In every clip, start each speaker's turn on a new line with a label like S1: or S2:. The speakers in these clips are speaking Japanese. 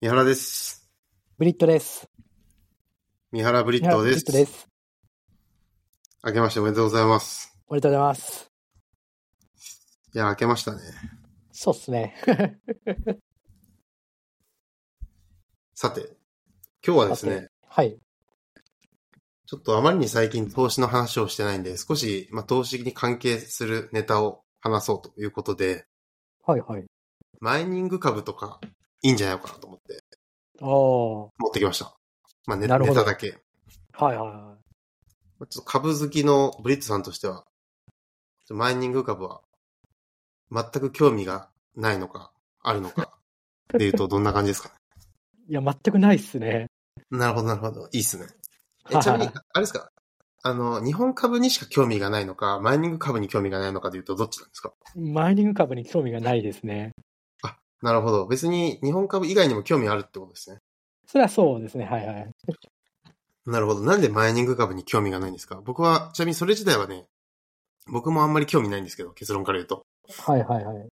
S1: 三原です。
S2: ブリットです。
S1: 三原ブリット
S2: いや
S1: で
S2: ブリッ
S1: す。
S2: トです。
S1: 明けましておめでとうございます。
S2: おめでとうございます。
S1: いや、明けましたね。
S2: そうっすね。
S1: さて、今日はです
S2: さ
S1: ね、
S2: はい。
S1: ちょっとあまりに最近投資の話をしてないんで、少し、まあ、投資に関係するネタを話そうということで、
S2: はいはい。
S1: マイニング株とかいいんじゃないのかなと思って
S2: ああ。は
S1: 持ってきました。まあ、ネ
S2: なる
S1: ネ
S2: ほど
S1: タだけ。
S2: いはいは
S1: まあちょっと株好きのブリットさんとしては、ちょっとマイニング株は全く興味がないのか、あるのか、で言うとどんな感じですかね。
S2: い。いや、全くないっすね。
S1: なるほど、なるほど。いいっすね。
S2: は
S1: え
S2: い
S1: ちなみに、あれですかあの、日本株にしか興味がないのか、マイニング株に興味がないのかで言うとどっちなんですか
S2: マイニング株に興味がないですね。
S1: なるほど。別に日本株以外にも興味あるってことですね。
S2: それはそうですね。はいはい。
S1: なるほど。なんでマイニング株に興味がないんですか僕は、ちなみにそれ自体はね、僕もあんまり興味ないんですけど、結論から言うと。
S2: はいはいはい。い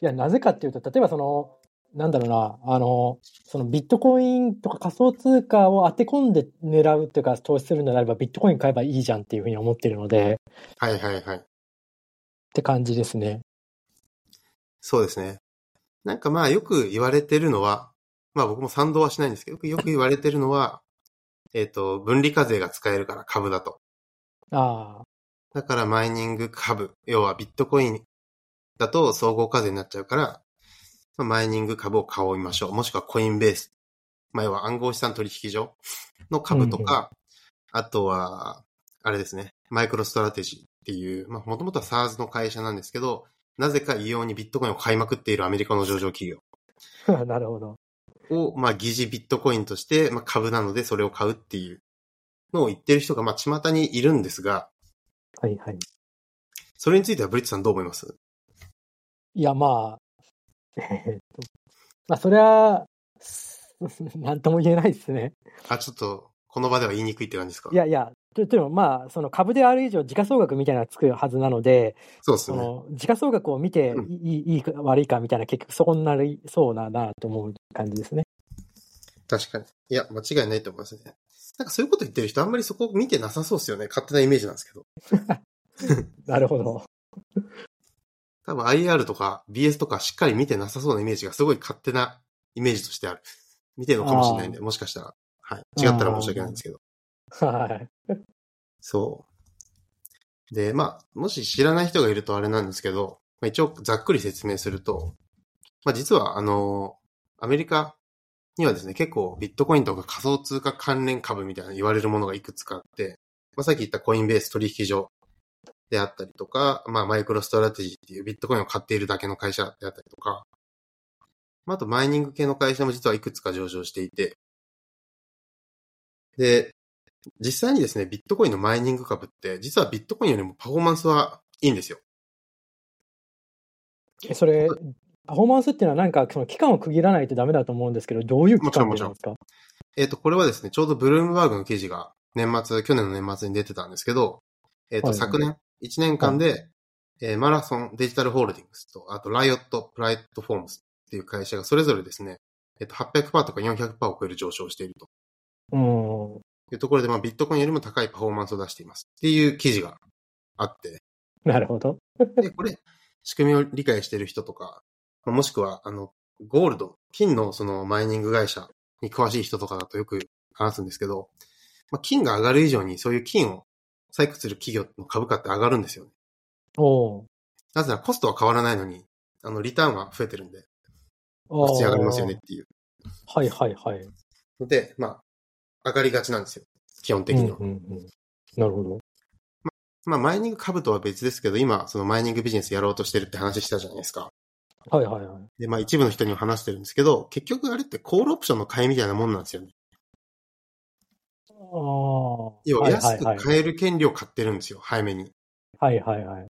S2: や、なぜかっていうと、例えばその、なんだろうな、あの、そのビットコインとか仮想通貨を当て込んで狙うっていうか、投資するのであれば、ビットコイン買えばいいじゃんっていうふうに思ってるので、っ
S1: はいはいはい。
S2: て感じですね。
S1: そうですね。なんかまあよく言われてるのは、まあ僕も賛同はしないんですけど、よくよく言われてるのは、えっと、分離課税が使えるから株だと。
S2: あ
S1: だからマイニング株、要はビットコインだと総合課税になっちゃうから、まあマイニング株を買おいましょう。もしくはコインベース。まあ、要は暗号資産取引所の株とか、あとは、あれですね、マイクロストラテジーっていう、まあ、もともとは SARS の会社なんですけど、なぜか異様にビットコインを買いまくっているアメリカの上場企業
S2: あ。 なるほど。
S1: を、まあ、疑似ビットコインとして、まあ、株なのでそれを買うっていうのを言ってる人が、まあ、巷にいるんですが、
S2: はいはい。
S1: それについてはブリッツさんどう思います
S2: いや、まあ、 えーっと、まあ、それは、 すなんとも言えないですね。
S1: あ、ちょっと、この場では言いにくいって感じですか
S2: いやいや、とというのも、まあ、その株である以上、時価総額みたいなのがつくはずなので、
S1: そうです
S2: そ
S1: ね。
S2: の時価総額を見て
S1: うん
S2: いい、いいか悪いかみたいな、結局そこになりそうだなと思う感じですね。
S1: 確かに。いや、間違いないと思いますね。なんかそういうこと言ってる人あんまりそこ見てなさそうですよね。勝手なイメージなんですけど。
S2: なるほど。
S1: 多分 IR とか BS とかしっかり見てなさそうなイメージがすごい勝手なイメージとしてある。見てるのかもしれないんで、もしかしたら。はい。違ったら申し訳ないんですけど。
S2: はい。
S1: そう。で、まあ、もし知らない人がいるとあれなんですけど、まあ、一応ざっくり説明すると、まあ実はあの、アメリカにはですね、結構ビットコインとか仮想通貨関連株みたいな言われるものがいくつかあって、まあさっき言ったコインベース取引所であったりとか、まあマイクロストラテジーっていうビットコインを買っているだけの会社であったりとか、まああとマイニング系の会社も実はいくつか上場していて、で、実際にですね、ビットコインのマイニング株って、実はビットコインよりもパフォーマンスはいいんですよ。
S2: えそれ、パフォーマンスっていうのは、なんか、その期間を区切らないとダメだと思うんですけど、どういう期間
S1: も
S2: っ
S1: ち
S2: て
S1: ろ
S2: なんんですか
S1: えっ、と、これはですね、ちょうどブルームバーグの記事が年末、去年の年末に出てたんですけど、えっ、と、
S2: はい
S1: 昨年、1年間で、えーマラソンデジタルホールディングスと、あと、ライオットプライトフォームスっていう会社がそれぞれですね、えっ、と、800%とか400%を超える上昇をしていると
S2: うん。
S1: いうところで、まあ、ビットコインよりも高いパフォーマンスを出していますっていう記事があって、
S2: なるほど。
S1: で、これ、仕組みを理解してる人とか、まあもしくは、あの、ゴールド、金のそのマイニング会社に詳しい人とかだとよく話すんですけど、まあ、金が上がる以上にそういう金を採掘する企業の株価って上がるんですよね。
S2: おー
S1: なぜならコストは変わらないのに、あの、リターンは増えてるんで、
S2: おー。
S1: 普通に上がりますよねっていう。
S2: はいはいはい。
S1: ので、まあ、上がりがちなんですよ。基本的には。
S2: うんうんうん、なるほど。
S1: まあ、マイニング株とは別ですけど、今、そのマイニングビジネスやろうとしてるって話したじゃないですか。
S2: はいはいはい。
S1: で、まあ一部の人にも話してるんですけど、結局あれってコールオプションの買いみたいなもんなんですよね。要
S2: ああ。
S1: は安く
S2: はい
S1: 買える権利を買ってるんですよ、早めに。
S2: はいはい。はいはいはい。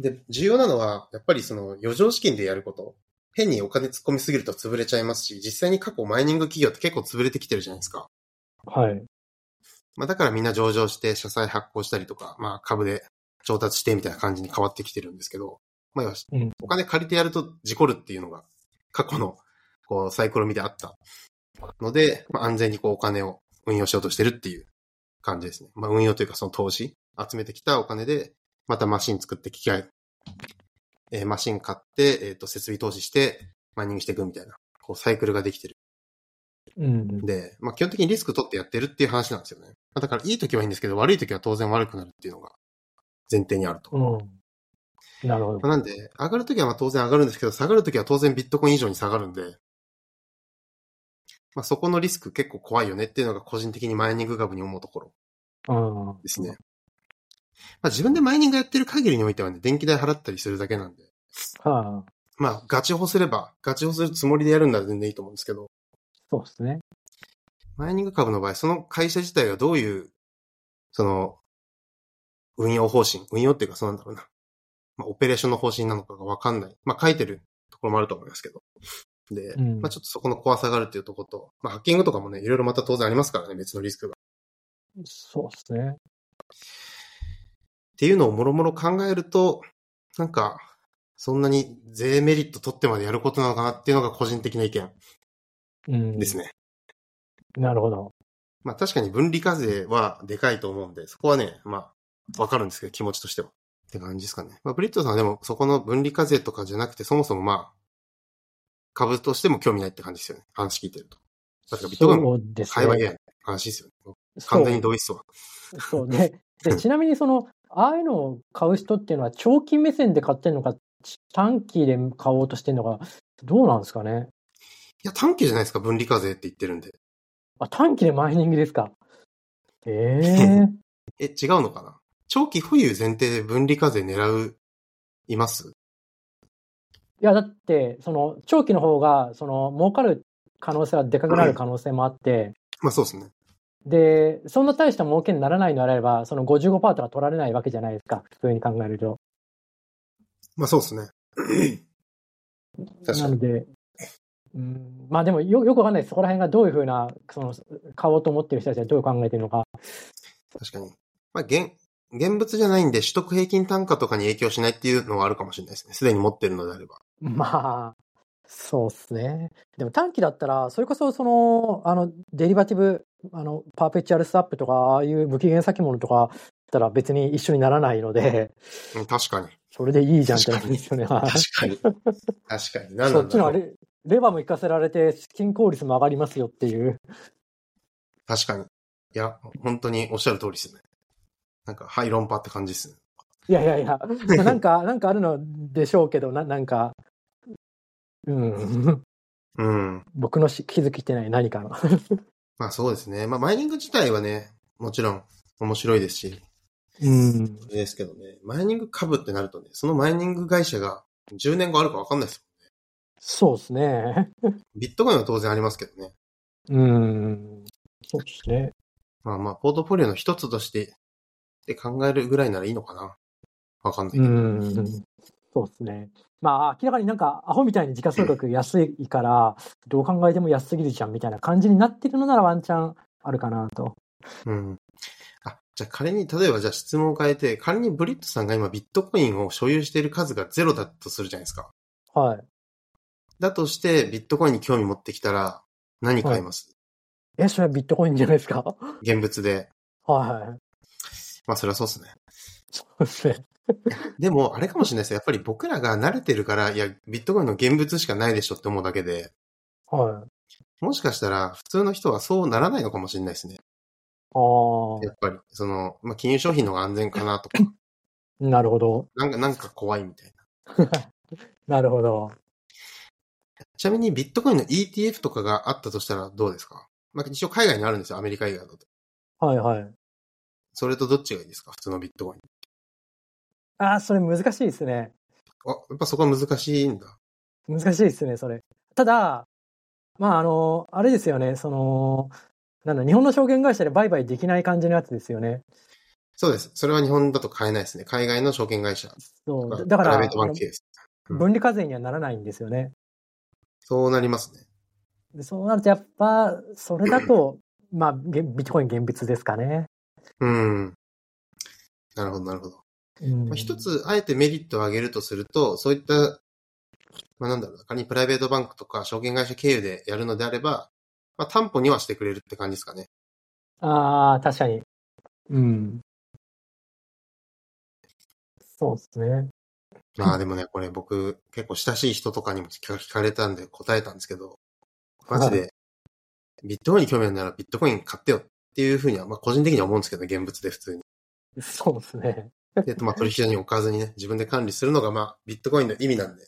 S1: で、重要なのは、やっぱりその余剰資金でやること。変にお金突っ込みすぎると潰れちゃいますし、実際に過去マイニング企業って結構潰れてきてるじゃないですか。
S2: はい。
S1: まあだからみんな上場して、社債発行したりとか、まあ株で調達してみたいな感じに変わってきてるんですけど、まあ要は
S2: うん
S1: お金借りてやると事故るっていうのが過去のこう、サイコロ見であったので、まあ、安全にこう、お金を運用しようとしてるっていう感じですね。まあ、運用というかその投資、集めてきたお金で、またマシン作って機械、えーマシン買って、えっ、と、設備投資して、マイニングしていくみたいな、こう、サイクルができてる。
S2: うん。
S1: で、まあ、基本的にリスク取ってやってるっていう話なんですよね。まあだから、いい時はいいんですけど、悪い時は当然悪くなるっていうのが前提にあると。
S2: うん。なるほど
S1: ま。あなんで、上がるときはまあ当然上がるんですけど、下がるときは当然ビットコイン以上に下がるんで、まあそこのリスク結構怖いよねっていうのが個人的にマイニング株に思うところ
S2: うん。
S1: ですね。まあ自分でマイニングやってる限りにおいてはね、電気代払ったりするだけなんで、
S2: はあ、
S1: まあガチホすれば、ガチホするつもりでやるんなら全然いいと思うんですけど、
S2: そうですね。
S1: マイニング株の場合、その会社自体がどういう、その、運用方針、運用っていうかそうなんだろうな。まあ、オペレーションの方針なのかがわかんない。まあ、書いてるところもあると思いますけど。で、
S2: うん
S1: まあ、ちょっとそこの怖さがあるっていうところと、まあ、ハッキングとかもね、いろいろまた当然ありますからね、別のリスクが。
S2: そうですね。
S1: っていうのをもろもろ考えると、なんか、そんなに税メリット取ってまでやることなのかなっていうのが個人的な意見
S2: うん。
S1: ですね。
S2: なるほど。
S1: まあ、確かに分離課税はでかいと思うんで、そこはね、まあ、わかるんですけど、気持ちとしては。って感じですかね。まあ、ブリットさんはでも、そこの分離課税とかじゃなくて、そもそもまあ、株としても興味ないって感じですよね。話聞いてると。だからビットコインも
S2: そうです
S1: 買えばいい
S2: ね。
S1: やん話ですよね。
S2: そ
S1: 完全
S2: う
S1: に同意っすわ。
S2: そうでで、ちなみにその、ああいうのを買う人っていうのは、長期目線で買ってるのか、短期で買おうとしてるのか、どうなんですかね。
S1: いや、短期じゃないですか、分離課税って言ってるんで。
S2: あ、短期でマイニングですか。え え
S1: え、違うのかな長期保有前提で分離課税狙う、います
S2: いや、だって、その、長期の方が、その、儲かる可能性はでかくなる可能性もあって、
S1: まあそうですね。
S2: で、そんな大した儲けにならないのであれば、その55%とか取られないわけじゃないですか、普通に考えると。
S1: まあそうですね。確か
S2: な
S1: に。
S2: ので、うん、まあでもよ、よくわかんないです。そこら辺がどういうふうな、その、買おうと思ってる人たちはどう考えてるのか。
S1: 確かに。まあ、現、現物じゃないんで、取得平均単価とかに影響しないっていうのはあるかもしれないですね。すでに持ってるのであれば。
S2: まあ、そうっすね。でも短期だったら、それこそ、その、あの、デリバティブ、あの、パーペチュアルスワップとか、ああいう無期限先物とか、だったら別に一緒にならないので、
S1: うん、確 かに。
S2: それでいいじゃんってなるんですよね。
S1: 確
S2: はい
S1: かに。確かに。なんな
S2: そ
S1: ん
S2: っ
S1: だ
S2: ちの
S1: ろ
S2: は
S1: う。
S2: レレバーも行かせられて、均効率も上がりますよっていう。
S1: 確かに。いや、本当におっしゃる通りですね。なんか、はい、論破って感じですね。
S2: いやいやいや、まあなんか、なんかあるのでしょうけど、ななんか、うん、
S1: うん。
S2: 僕のし気づきってない何かの。
S1: まあそうですね。まあ、マイニング自体はね、もちろん面白いですし、
S2: うん、
S1: ですけどね、マイニング株ってなるとね、そのマイニング会社が10年後あるかわかんないです
S2: そうですね。
S1: よ。ビットコインは当然ありますけどね。
S2: うん、そうですね。
S1: まあまあ、ポートフォリオの一つとして、って考えるぐらいならいいのかな。わかんないけ
S2: う
S1: ど。
S2: ん、そうですね。まあ、明らかになんか、アホみたいに時価総額安いから、どう考えても安すぎるじゃんみたいな感じになってるのならワンチャンあるかなと。
S1: うん。あ、じゃあ仮に、例えばじゃあ質問を変えて、仮にブリットさんが今ビットコインを所有している数がゼロだとするじゃないですか。
S2: はい。
S1: だとして、ビットコインに興味持ってきたら、何買います、
S2: え、それはビットコインじゃないですか はい
S1: 現物で。
S2: はい。
S1: まあ、それはそうですね。
S2: そうですね。
S1: でも、あれかもしれないですよ。やっぱり僕らが慣れてるから、いや、ビットコインの現物しかないでしょって思うだけで、
S2: はい。
S1: もしかしたら、普通の人はそうならないのかもしれないですね。
S2: ああ
S1: やっぱり、その、まあ、金融商品の方が安全かなとか、、
S2: なるほど。
S1: なんか、なんか怖いみたいな。
S2: なるほど。
S1: ちなみにビットコインの ETF とかがあったとしたらどうですかまあ、一応海外にあるんですよ、アメリカ以外だと。
S2: はいはい。
S1: それとどっちがいいですか普通のビットコイン。
S2: ああ、それ難しいですね。
S1: あ、やっぱそこは難しいんだ。
S2: 難しいですね、それ。ただ、まあ、あの、あれですよね、その、なんだ、日本の証券会社で売買できない感じのやつですよね。
S1: そうです。それは日本だと買えないですね。海外の証券会社
S2: そ
S1: と
S2: う。
S1: か。
S2: だか
S1: プライ
S2: ら、あ
S1: ベートバン
S2: の
S1: ク系です。
S2: 分離課税にはならないんですよね。
S1: そうなりますね。
S2: でそうなると、やっぱ、それだと、まあ、げビットコイン現物ですかね。
S1: うん。なるほど、なるほど。
S2: うん
S1: まあ一つ、あえてメリットを挙げるとすると、そういったまあ、なんだろうな、仮にプライベートバンクとか証券会社経由でやるのであれば、まあ、担保にはしてくれるって感じですかね。
S2: ああ、確かに。うん。そうですね。
S1: まあでもね、これ僕、結構親しい人とかにも聞か聞かれたんで答えたんですけど、マジで、ビットコインに興味あるならビットコイン買ってよっていうふうには、まあ個人的には思うんですけど、ね、現物で普 通に。
S2: そうですね。
S1: で、まあ取引所に置かずにね、自分で管理するのがまあビットコインの意味なんで、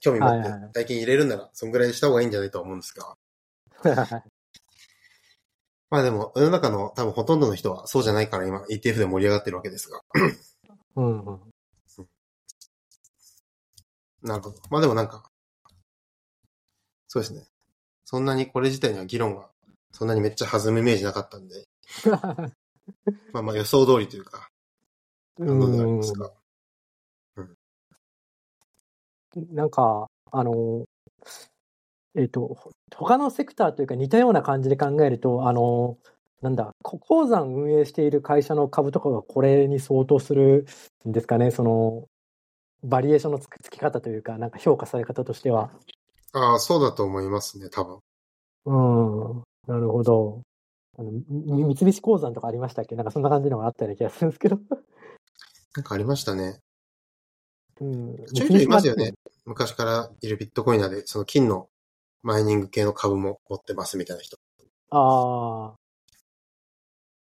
S1: 興味持
S2: は
S1: っ
S2: い
S1: て
S2: はいはい
S1: 大金入れるなら、そんぐらいした方がいいんじゃないとは思うんですが。まあでも、世の中の多分ほとんどの人はそうじゃないから今 ETF で盛り上がってるわけですが。
S2: う んうん。
S1: なるほど。まあでもなんか、そうですね。そんなにこれ自体には議論が、そんなにめっちゃ弾むイメージなかったんで、まあまあ予想通りというか、なのでありますが。
S2: なんか、あの、えっ、と、ほ他のセクターというか似たような感じで考えると、あの、なんだ、こ鉱山運営している会社の株とかがこれに相当するんですかね、その、バリエーションのつくつき方というか、なんか評価され方としては。
S1: ああ、そうだと思いますね、多分。
S2: うん、なるほど。あのみみ三菱鉱山とかありましたっけなんかそんな感じのがあったような気がするんですけど。
S1: なんかありましたね。
S2: うん、
S1: ちょいちょいいますよね。昔からいるビットコイナーで、その金のマイニング系の株も持ってますみたいな人。
S2: あ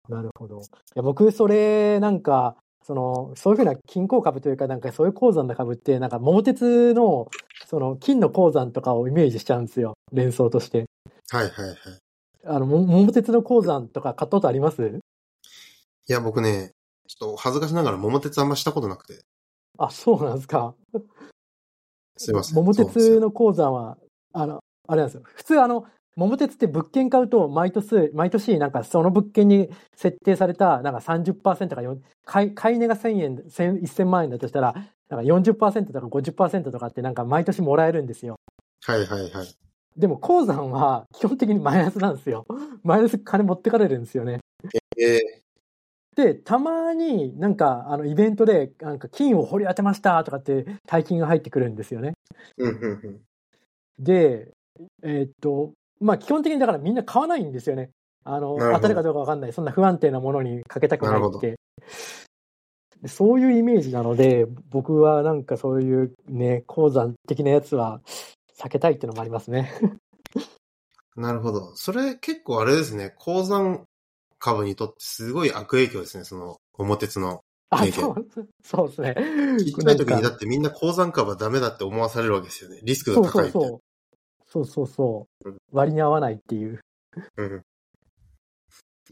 S2: あ。なるほど。いや、僕、それ、なんか、その、そういうふうな金鉱株というか、なんかそういう鉱山の株って、なんか桃鉄の、その、金の鉱山とかをイメージしちゃうんですよ。連想として。
S1: はいはいはい。
S2: あの、も桃鉄の鉱山とか買ったことあります
S1: いや、僕ね、ちょっと恥ずかしながら桃鉄あんましたことなくて。
S2: あ、そうなんですか。
S1: すいません。
S2: 桃
S1: そう
S2: 鉄
S1: なんですよ
S2: の鉱山は、あの、あれなんですよ。普通、あの、桃鉄って物件買うと、毎年、毎年、なんかその物件に設定された、なんか30%か4、買い、買い値が1000円、1000 1000万円だとしたら、なんか40%とか50%とかってなんか毎年もらえるんですよ。
S1: はいはいはい。
S2: でも鉱山は基本的にマイナスなんですよ。 マイナス金持ってかれるんですよね。
S1: え
S2: で、たまになんかあのイベントでなんか金を掘り当てましたとかって大金が入ってくるんですよね。
S1: ー、うんうんうん。
S2: で、えーっと、まあ基本的にだからみんな買わないんですよね。あの、
S1: なるほど
S2: 当たるかどうかわかんない。そんな不安定なものにかけたくな
S1: ないるほ
S2: っ
S1: ど
S2: て。でそういうイメージなので、僕はなんかそういうね、鉱山的なやつは避けたいっていうのもありますね。
S1: なるほど。それ結構あれですね、鉱山株にとってすごい悪影響ですね、その、桃鉄の。
S2: あ、
S1: いいけ
S2: そ
S1: ど
S2: う、そうですね。
S1: ちっちゃい時に
S2: な
S1: だ
S2: んか
S1: ってみんな鉱山株はダメだって思わされるわけですよね。リスク
S2: そ
S1: が
S2: うそ
S1: 高いうみたいな。。
S2: そう。そうそうそううん割に合わないっていう。
S1: うん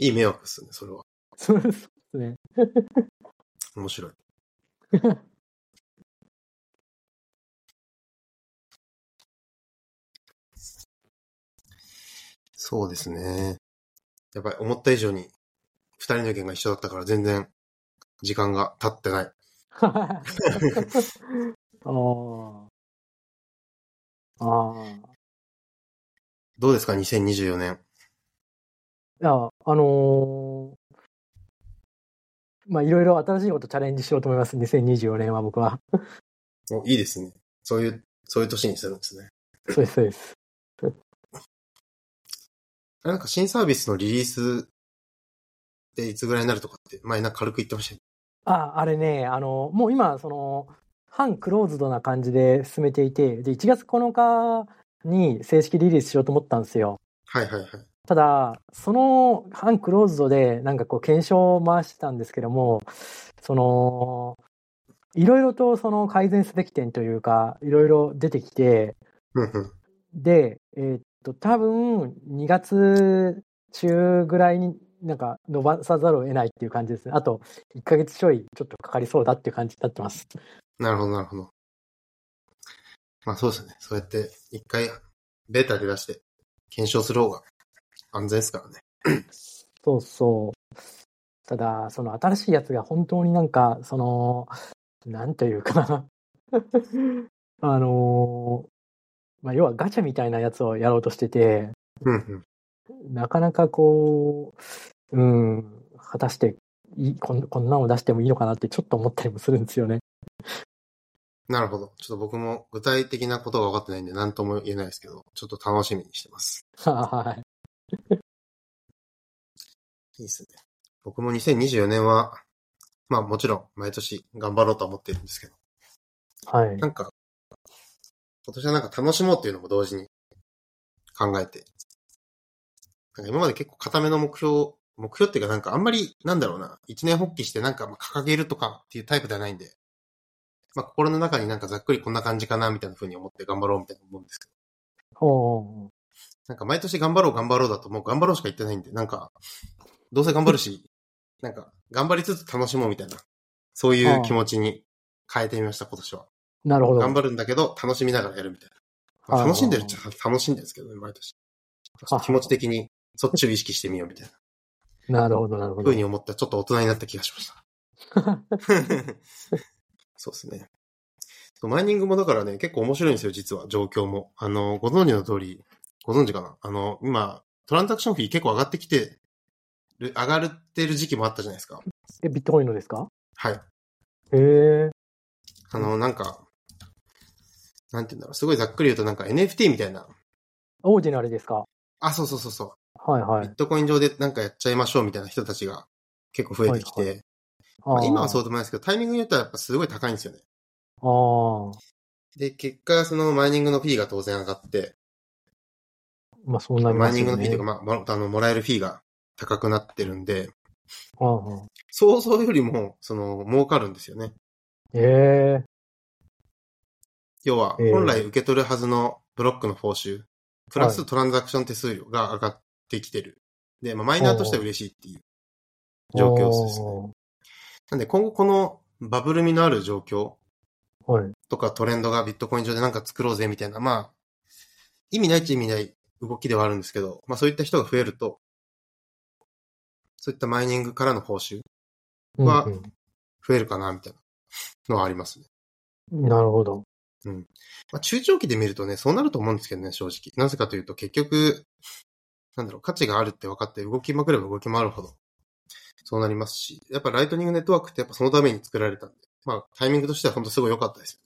S1: いい迷惑ですね、それは。
S2: そうそうですね。
S1: 面白い。そうですね。やっぱり思った以上に、二人の意見が一緒だったから全然、時間が経ってない。
S2: ああ。ああ。
S1: どうですか、2024年。
S2: いや、あのーまあ、いろいろ新しいことチャレンジしようと思います。2024年は僕は。
S1: お、いいですね。そういう、そういう年にするんですね。
S2: そうです、そうです。
S1: あれなんか新サービスのリリースでいつぐらいになるとかって、前なんか軽く言ってましたよね
S2: あ、あれね、あのもう今、その、半クローズドな感じで進めていて、で、1月9日に正式リリースしようと思ったんですよ。
S1: はいはいはい。
S2: ただ、その半クローズドで、なんかこう、検証を回してたんですけども、その、いろいろとその改善すべき点というか、いろいろ出てきて、
S1: うんうん。
S2: で、えーっと、多分2月中ぐらいになんか伸ばさざるを得ないっていう感じですね。あと1ヶ月ちょいちょっとかかりそうだっていう感じになってます。
S1: なるほどなるほど。まあそうですね。そうやって一回ベータで出して検証する方が安全ですからね。
S2: そうそう。ただ、その新しいやつが本当になんか、その、なん というかあのーまあ、要はガチャみたいなやつをやろうとしてて、
S1: うんうん。
S2: なかなかこう、うん、果たしていいこん、こんなの出してもいいのかなってちょっと思ったりもするんですよね。
S1: なるほど。ちょっと僕も具体的なことが分かってないんで何とも言えないですけど、ちょっと楽しみにしてます。
S2: はい。
S1: いいですね。僕も2024年は、まあもちろん毎年頑張ろうとは思ってるんですけど、
S2: はい。
S1: なんか、今年はなんか楽しもうっていうのも同時に考えて、なんか今まで結構固めの目標、目標っていうかなんかあんまり、なんだろうな、一年発起してなんかまあ掲げるとかっていうタイプではないんで、まあ心の中になんかざっくりこんな感じかなみたいな風に思って頑張ろうみたいな思うんですけど、
S2: おう
S1: なんか毎年頑張ろう頑張ろうだともう頑張ろうしか言ってないんで、なんか、どうせ頑張るし、 なんか、頑張りつつ楽しもうみたいな、そういう気持ちに変えてみました、今年は。
S2: なるほど。
S1: 頑張るんだけど、楽しみながらやるみたいな。まあ
S2: あー
S1: 楽しんでるっちゃ楽しいんですけどね、毎年。
S2: あ
S1: 気持ち的に、そっちを意識してみようみたいな、
S2: なるほど、なるほ
S1: ふ
S2: ど
S1: う。に思ったらちょっと大人になった気がしました。 そうですね。そうマイニングもだからね、結構面白いんですよ、実は、状況も。あの、ご存知の通り、ご存知かなあの、今、トランザクションフィー結構上がってきてる、上がってる時期もあったじゃないですか。
S2: え、ビットコインのですか
S1: はい。
S2: へえ。
S1: あの、なんか、なんて言うんだろう、すごいざっくり言うとなんか NFT みたいな、
S2: オーディナルですか
S1: あ、そうそうそうそう、
S2: はいは
S1: ビ
S2: い
S1: ッ。トコイン上でなんかやっちゃいましょうみたいな人たちが結構増えてきて、
S2: はい
S1: まあ今はそう
S2: う。
S1: でもないですけど、タイミングによってはやっぱすごい高いんですよね。
S2: あ
S1: で、結果、そのマイニングのフィーが当然上がって、
S2: あ。まあそうなり
S1: マ
S2: ま
S1: イ
S2: す
S1: ニング
S2: よ
S1: のフィー
S2: ね
S1: という。か、まあもら、あの、もらえるフィーが高くなってるんで、
S2: うんうん
S1: 想像よりも、その、儲かるんですよね。
S2: ええ。
S1: 要は、
S2: ええ
S1: 本来受け取るはずのブロックの報酬、プラストランザクション手数料が上がってきてる。で、まあ、マイナーとしては嬉しいっていう状況ですね。
S2: お
S1: なんで、今後このバブル味のある状況
S2: ーはい。
S1: とかトレンドがビットコイン上でなんか作ろうぜみたいな、まあ、意味ないっちゃ意味ない動きではあるんですけど、まあそういった人が増えると、そういったマイニングからの報酬、
S2: うん
S1: は
S2: うん
S1: 増えるかな、みたいなのはありますね。
S2: なるほど。
S1: まあ中長期で見るとね、そうなると思うんですけどね、正直。なぜかというと結局、なんだろう、価値があるって分かって動きまくれば動き回るほど、そうなりますし、やっぱライトニングネットワークってやっぱそのために作られたんで、まあタイミングとしては本当すごい良かったです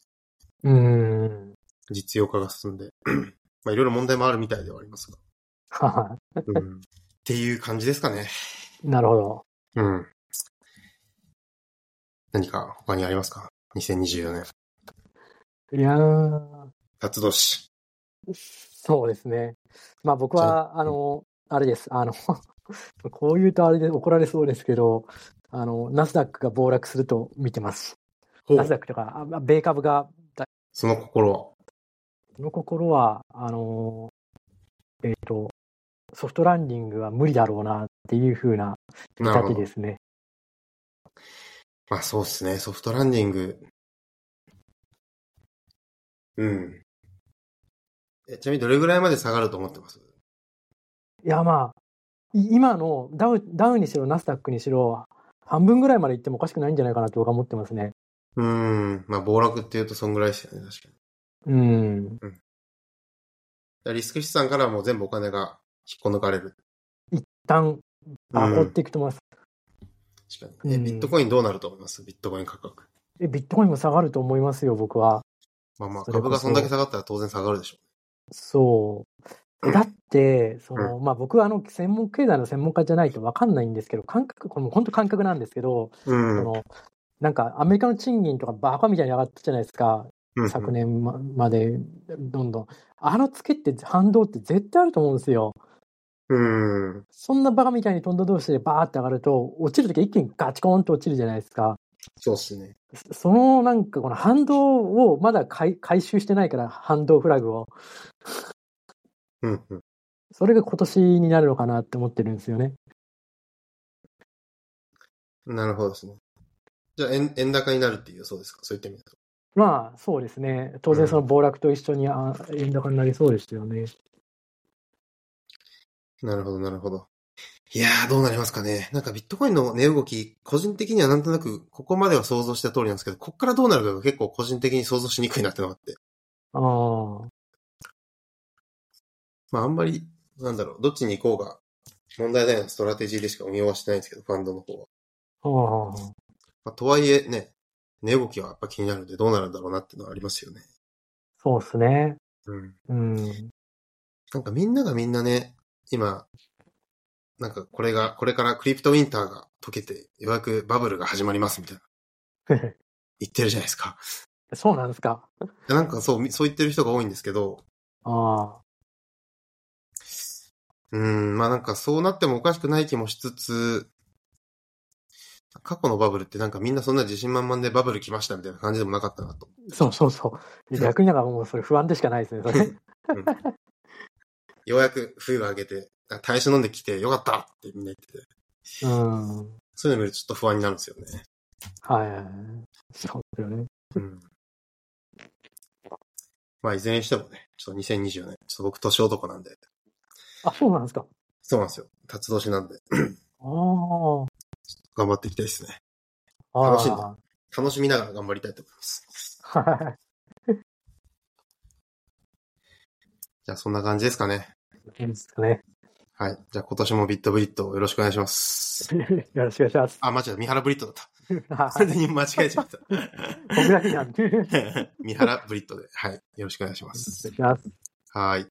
S1: よ
S2: うーん。
S1: 実用化が進んで。 まあいろいろ問題もあるみたいではありますが。
S2: はは。
S1: うんっていう感じですかね。
S2: なるほど。
S1: うん。何か他にありますか ?2024 年。
S2: いやー、
S1: 辰年。
S2: そうですね。まあ僕は、あの、あれです。あの、 こう言うとあれで怒られそうですけど、あの、ナスダックが暴落すると見てます。
S1: ほ
S2: ナスダ
S1: う
S2: ックとか、あ米株が、だ
S1: その心は。
S2: その心は、あの、えっ、と、ソフトランディングは無理だろうなっていう風な見
S1: なるほ
S2: 立て
S1: ど
S2: で。すね。
S1: まあそうっすね。ソフトランディング。うん。えちなみにどれぐらいまで下がると思ってます
S2: いや、まあ、い今のダウダウにしろ、ナスダックにしろ、半分ぐらいまで行ってもおかしくないんじゃないかなと僕は思ってますね。
S1: うーん。まあ暴落っていうとそんぐらいですよね。確かに
S2: うん。
S1: だから。リスク資産からはもう全部お金が引っこ抜かれる。
S2: 一旦、あ、
S1: うん
S2: こっていくと思います。
S1: 確かに。え、
S2: うん
S1: ビットコインどうなると思いますビットコイン価格。
S2: え、ビットコインも下がると思いますよ、僕は。
S1: まあまあ、
S2: それこそ
S1: 株がそんだけ下がったら当然下がるでしょ
S2: そう。だって、その、まあ僕はあの、専門、経済の専門家じゃないと分かんないんですけど、感覚、これもう本当感覚なんですけど、
S1: う。うん
S2: その、なんかアメリカの賃金とかバカみたいに上がったじゃないですか、
S1: うん
S2: 昨年ままで、どんどん。あのツケって反動って絶対あると思うんですよ。
S1: うん。
S2: そんなバカみたいに飛んだ同士でバーって上がると、落ちるとき一気にガチコーンと落ちるじゃないですか。
S1: そうっすね。
S2: そそのなんかこの反動をまだ回回収してないから、反動フラグを。
S1: うん、うん。
S2: それが今年になるのかなって思ってるんですよね。
S1: なるほどですね。じゃあ、円円高になるっていう予想ですかそういった意味だと。
S2: まあそうですね。当
S1: う
S2: 然
S1: ん
S2: その暴落と一緒にあ円高になりそうでしたよね。
S1: なるほど、なるほど。いやー、どうなりますかね。なんかビットコインの値動き、個人的にはなんとなく、ここまでは想像した通りなんですけど、こっからどうなるかが結構個人的に想像しにくいなってのがあって。
S2: ああ。
S1: まあ、あんまり、なんだろう、どっちに行こうが、問題ないようなストラテジーでしか運用はしてないんですけど、ファンドの方は。
S2: ああ。
S1: まあ、とはいえね、値動きはやっぱ気になるのでどうなるんだろうなっていうのはありますよね。
S2: そうですね。
S1: うん。
S2: うん。
S1: なんかみんながみんなね、今、なんかこれが、これからクリプトウィンターが溶けて、ようやくバブルが始まりますみたいな言ってるじゃないですか。
S2: そうなんですか。
S1: いやなんかそう、そう言ってる人が多いんですけど、
S2: ああ。
S1: うん、まあなんかそうなってもおかしくない気もしつつ、過去のバブルってなんかみんなそんな自信満々でバブル来ましたみたいな感じでもなかったなと。
S2: そうそうそう。逆になんかもうそれ不安でしかないですね、それ。
S1: ようやく冬が明けて、あ耐え忍んできてよかったってみんな言ってて。
S2: うん。
S1: そういうの見るとちょっと不安になるんですよね。
S2: はいはいはい。そうだよね。
S1: うん。まあいずれにしてもね、ちょっと2024年、ちょっと僕年男なんで、
S2: あ、そうなんですか。
S1: そうなんですよ。辰年なんで、
S2: あー
S1: 頑張っていきたいですね。
S2: あー。
S1: 楽しんで楽しみながら頑張りたいと思います。
S2: は
S1: じゃあそんな感じですかね。
S2: い。いいですかね。
S1: はい。じゃあ今年もビットブリットをよろしくお願いします。
S2: よろしくお願いします。
S1: あ、間違えた。三原ブリットだった。
S2: は
S1: 完
S2: い
S1: 全に間違えちゃっ
S2: 僕だけなんで。お願
S1: た。三原ブリットで。はい。よろしくお願いしま
S2: い
S1: す。
S2: します。
S1: はい。